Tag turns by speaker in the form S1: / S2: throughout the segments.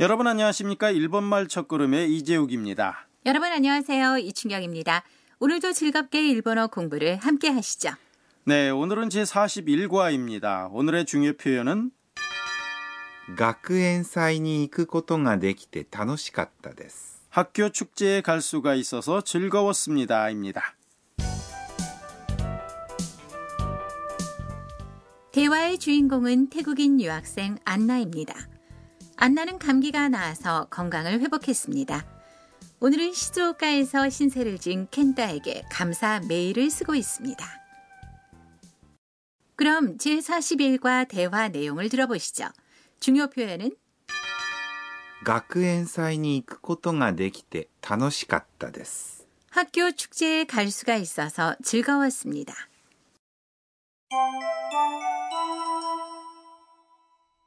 S1: 여러분 안녕하십니까? 일본말 첫걸음의 이재욱입니다.
S2: 여러분 안녕하세요. 이춘경입니다. 오늘도 즐겁게 일본어 공부를 함께 하시죠.
S1: 네, 오늘은 제 41과입니다. 오늘의 중요 표현은
S3: 学園祭に行くことができて楽しかったです。
S1: 학교 축제에 갈 수가 있어서 즐거웠습니다입니다.
S2: 대화의 주인공은 태국인 유학생 안나입니다. 안나는 감기가 나아서 건강을 회복했습니다. 오늘은 시즈오카에서 신세를 진 켄타에게 감사 메일을 쓰고 있습니다. 그럼 제41과 대화 내용을 들어보시죠. 중요 표현은
S3: 学園祭に行くことができて楽しかったです。
S2: 학교 축제에 갈 수가 있어서 즐거웠습니다.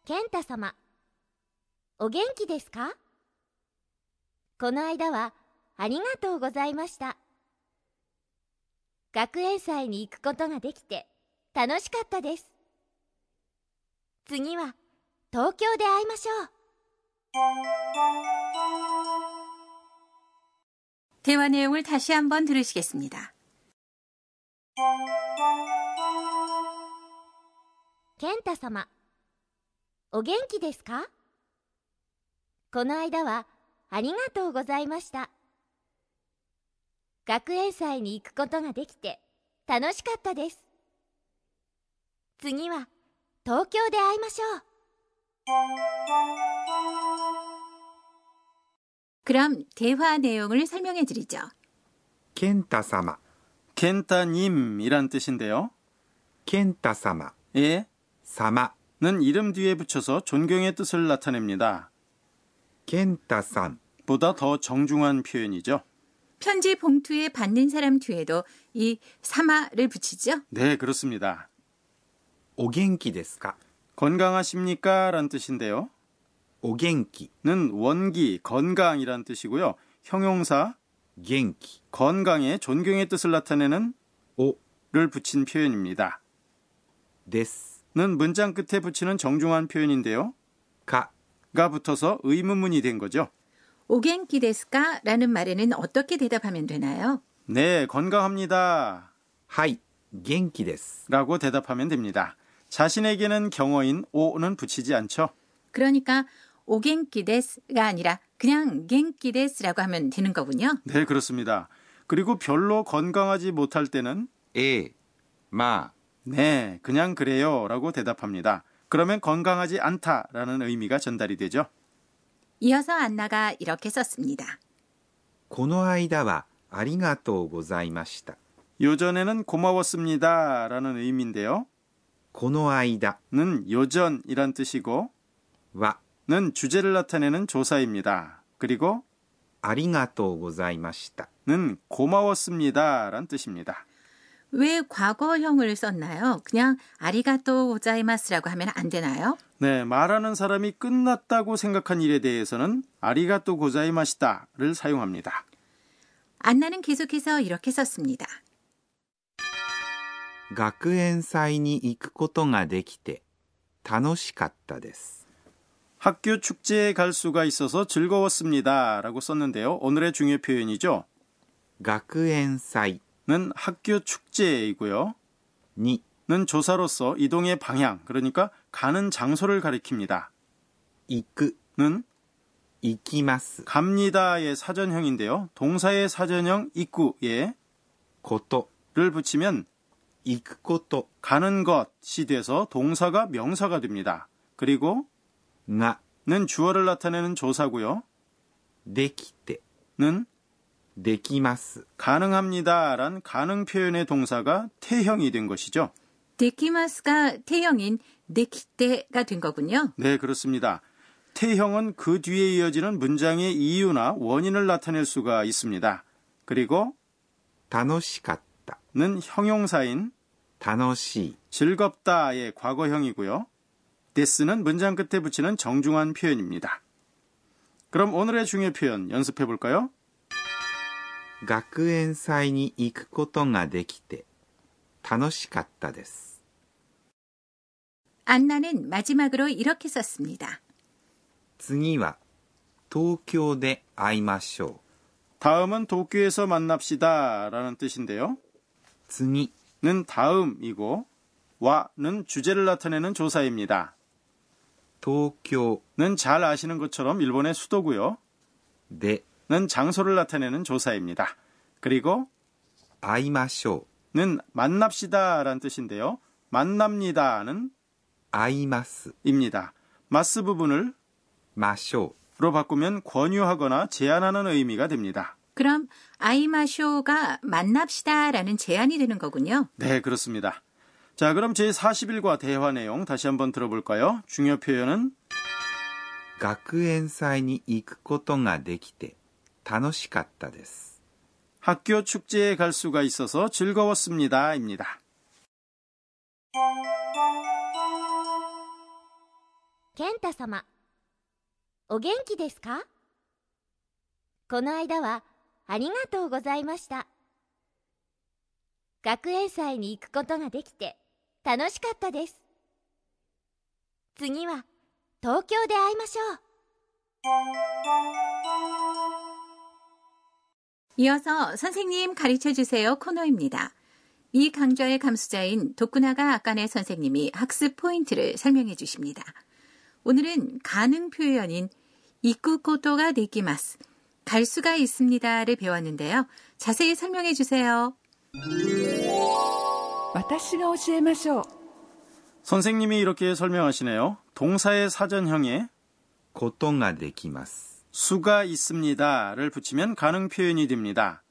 S4: 健太様お元気ですかこの間はありがとうございました学園祭に行くことができて楽しかったです次は東京で会いましょう
S2: 대화 내용을 다시 한번 들으시겠습니다.
S4: 健太様お元気ですかこの間はありがとうございました学園祭に行くことができて楽しかったです次は東京で会いましょう
S2: 그럼 대화 내용을 설명해 드리죠.
S3: 健太様、
S1: 켄타님이란 뜻인데요.
S3: 健太様、
S1: 예,
S3: 様、
S1: 는 이름 뒤에 붙여서 존경의 뜻을 나타냅니다.
S3: 健太さん、
S1: 보다 더 정중한 표현이죠.
S2: 편지 봉투에 받는 사람 뒤에도 이 사마를 붙이죠.
S1: 네, 그렇습니다.
S3: お元気ですか
S1: 건강하십니까? 란 뜻인데요.
S3: お元気、
S1: 는 원기, 건강이란 뜻이고요. 형용사
S3: 元気、
S1: 건강에 존경의 뜻을 나타내는
S3: お、
S1: 를 붙인 표현입니다.
S3: です、
S1: 는 문장 끝에 붙이는 정중한 표현인데요.
S3: か、
S1: 가 붙어서 의문문이 된 거죠.
S2: 오겐키 데스까? 라는 말에는 어떻게 대답하면 되나요?
S1: 네, 건강합니다.
S3: はい、元気です。
S1: 라고 대답하면 됩니다. 자신에게는 경어인 오는 붙이지 않죠.
S2: 그러니까 오겐키 데스가 아니라 그냥 겐키 데스라고 하면 되는 거군요.
S1: 네, 그렇습니다. 그리고 별로 건강하지 못할 때는
S3: ええ、まあ、
S1: 네, 그냥 그래요 라고 대답합니다. 그러면 건강하지 않다라는 의미가 전달이 되죠.
S2: 이어서 안나가 이렇게 썼습니다.
S3: この間はありがとうございました。
S1: 요전에는 고마웠습니다라는 의미인데요.
S3: この間
S1: 는 요전이란 뜻이고
S3: は
S1: 는 주제를 나타내는 조사입니다. 그리고
S3: ありがとうございました。
S1: 는 고마웠습니다란 뜻입니다.
S2: 왜 과거형을 썼나요? 그냥 아리가또 오자이마스라고 하면 안 되나요?
S1: 네, 말하는 사람이 끝났다고 생각한 일에 대해서는 아리가또 고자이마시다를 사용합니다.
S2: 안나는 계속해서 이렇게 썼습니다.
S3: 学園祭に行くことができて楽しかったです。
S1: 학교 축제에 갈 수가 있어서 즐거웠습니다라고 썼는데요. 오늘의 중요 표현이죠.
S3: 学園祭
S1: 는 학교 축제이고요.
S3: に
S1: 는 조사로서 이동의 방향, 그러니까 가는 장소를 가리킵니다.
S3: 行く、
S1: 는
S3: 行きます、
S1: 갑니다의 사전형인데요. 동사의 사전형 입구에
S3: こと、
S1: 를 붙이면
S3: 行くこと
S1: 가는 것이 돼서 동사가 명사가 됩니다. 그리고
S3: が
S1: 는 주어를 나타내는 조사고요.
S3: できて、
S1: 는
S3: できます、
S1: 가능합니다란 가능 표현의 동사가 태형이 된 것이죠.
S2: 데키마스가 태형인 데키테가 된 거군요.
S1: 네, 그렇습니다. 태형은 그 뒤에 이어지는 문장의 이유나 원인을 나타낼 수가 있습니다. 그리고
S3: 楽しかった、
S1: 는 형용사인
S3: 楽しい、
S1: 즐겁다의 과거형이고요. 데스는 문장 끝에 붙이는 정중한 표현입니다. 그럼 오늘의 중요 표현 연습해 볼까요?
S3: 学園祭に行くことができて楽しかったです。
S2: 안나는 마지막으로 이렇게 썼습니다.
S3: 次は東京で会いましょう。
S1: 다음은 도쿄에서 만납시다 라는 뜻인데요.
S3: 次
S1: 는 다음이고 와는 주제를 나타내는 조사입니다.
S3: 東京
S1: 는 잘 아시는 것처럼 일본의 수도고요.
S3: で
S1: 는 장소를 나타내는 조사입니다. 그리고
S3: 会いましょう
S1: 는 만납시다 라는 뜻인데요. 만납니다는
S3: 会います
S1: 입니다. 마스 부분을
S3: ましょ
S1: 로 바꾸면 권유하거나 제안하는 의미가 됩니다.
S2: 그럼 아이마쇼가 만납시다라는 제안이 되는 거군요.
S1: 네, 그렇습니다. 자, 그럼 제41과 대화 내용 다시 한번 들어볼까요? 중요 표현은
S3: う学園祭に行くことができて楽しかったです
S1: 학교 축제에 갈 수가 있어서 즐거웠습니다입니다.
S4: 健太様お元気ですかこの間はありがとうございました学園祭に行くことができて楽しかったです次は東京で会いましょう
S2: 이어서 선생님 가르쳐 주세요 코너입니다. 미 강좌의 감수자인 도쿠나가 아까네 선생님이 학습 포인트를 설명해 주십니다. 오늘은 가능 표현인 이쿠코토가 데키마스 갈 수가 있습니다를 배웠는데요. 자세히 설명해 주세요.
S5: 私が教えましょう
S1: 선생님이 이렇게 설명하시네요. 동사의 사전형에
S3: ことができます
S1: 수가 있습니다를 붙이면 가능 표현이 됩니다.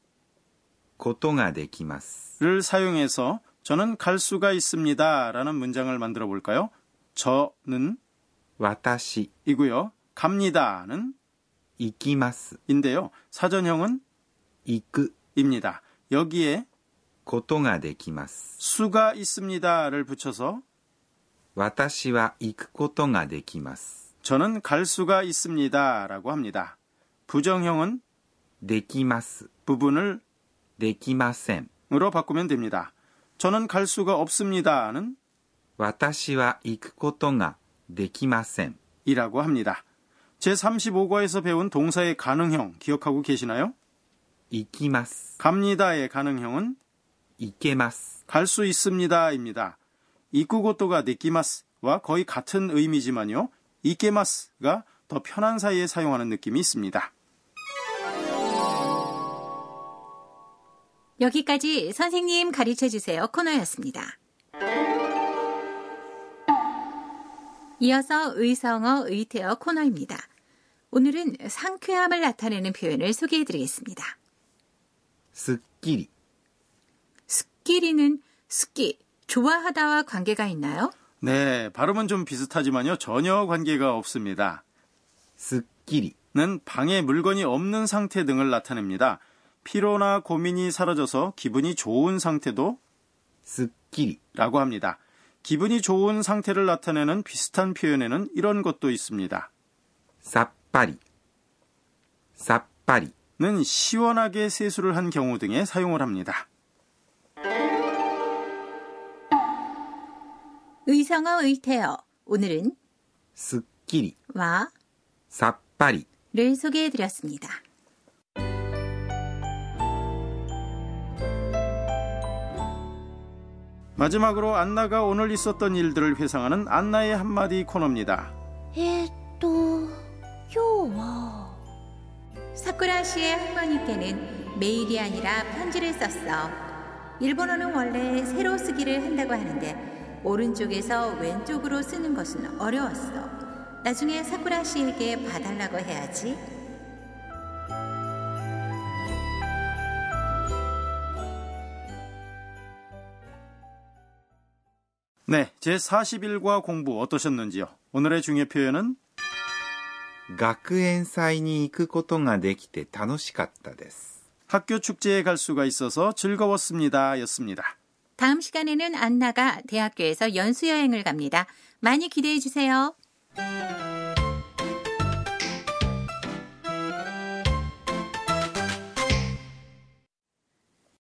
S3: ことができます
S1: 를 사용해서 저는 갈 수가 있습니다라는 문장을 만들어 볼까요? 저는
S3: 私
S1: 이고요. 갑니다는
S3: 行きます
S1: 인데요. 사전형은
S3: 行く
S1: 입니다. 여기에
S3: ことができます
S1: 수가 있습니다를 붙여서
S3: 私は行くことができます
S1: 저는 갈 수가 있습니다라고 합니다. 부정형은
S3: できます
S1: 부분을
S3: できません
S1: 으로 바꾸면 됩니다. 저는 갈 수가 없습니다는
S3: 私は行くことができません
S1: 이라고 합니다. 제35과에서 배운 동사의 가능형 기억하고 계시나요?
S3: 行きます
S1: 갑니다의 가능형은
S3: 行けます
S1: 갈 수 있습니다입니다. 이쿠고토가 느끼마스와 거의 같은 의미지만요. 이케마스가 더 편한 사이에 사용하는 느낌이 있습니다.
S2: 여기까지 선생님 가르쳐 주세요 코너였습니다. 이어서 의성어 의태어 코너입니다. 오늘은 상쾌함을 나타내는 표현을 소개해 드리겠습니다.
S3: すっきり
S2: 스끼리는 스끼, 좋아하다와 관계가 있나요?
S1: 네, 발음은 좀 비슷하지만요. 전혀 관계가 없습니다.
S3: すっきり
S1: 는 방에 물건이 없는 상태 등을 나타냅니다. 피로나 고민이 사라져서 기분이 좋은 상태도
S3: すっきり
S1: 라고 합니다. 기분이 좋은 상태를 나타내는 비슷한 표현에는 이런 것도 있습니다.
S3: さっぱりさっぱり
S1: 는 시원하게 세수를 한 경우 등에 사용을 합니다.
S2: 의성어 의태어 오늘은
S3: すっきり
S2: 와를
S3: さっぱり
S2: 소개해 드렸습니다.
S1: 마지막으로 안나가 오늘 있었던 일들을 회상하는 안나의 한마디 코너입니다.
S4: えっと今日は
S2: 사쿠라 씨의 할머니께는 메일이 아니라 편지를 썼어. 일본어는 원래 새로 쓰기를 한다고 하는데 오른쪽에서 왼쪽으로 쓰는 것은 어려웠어. 나중에 사쿠라 씨에게 봐달라고 해야지.
S1: 네, 제41과 공부 어떠셨는지요? 오늘의 중요 표현은
S3: 学園祭に行くことができて楽しかったです
S1: 학교 축제에 갈 수가 있어서 즐거웠습니다 였습니다.
S2: 다음 시간에는 안나가 대학교에서 연수 여행을 갑니다. 많이 기대해 주세요.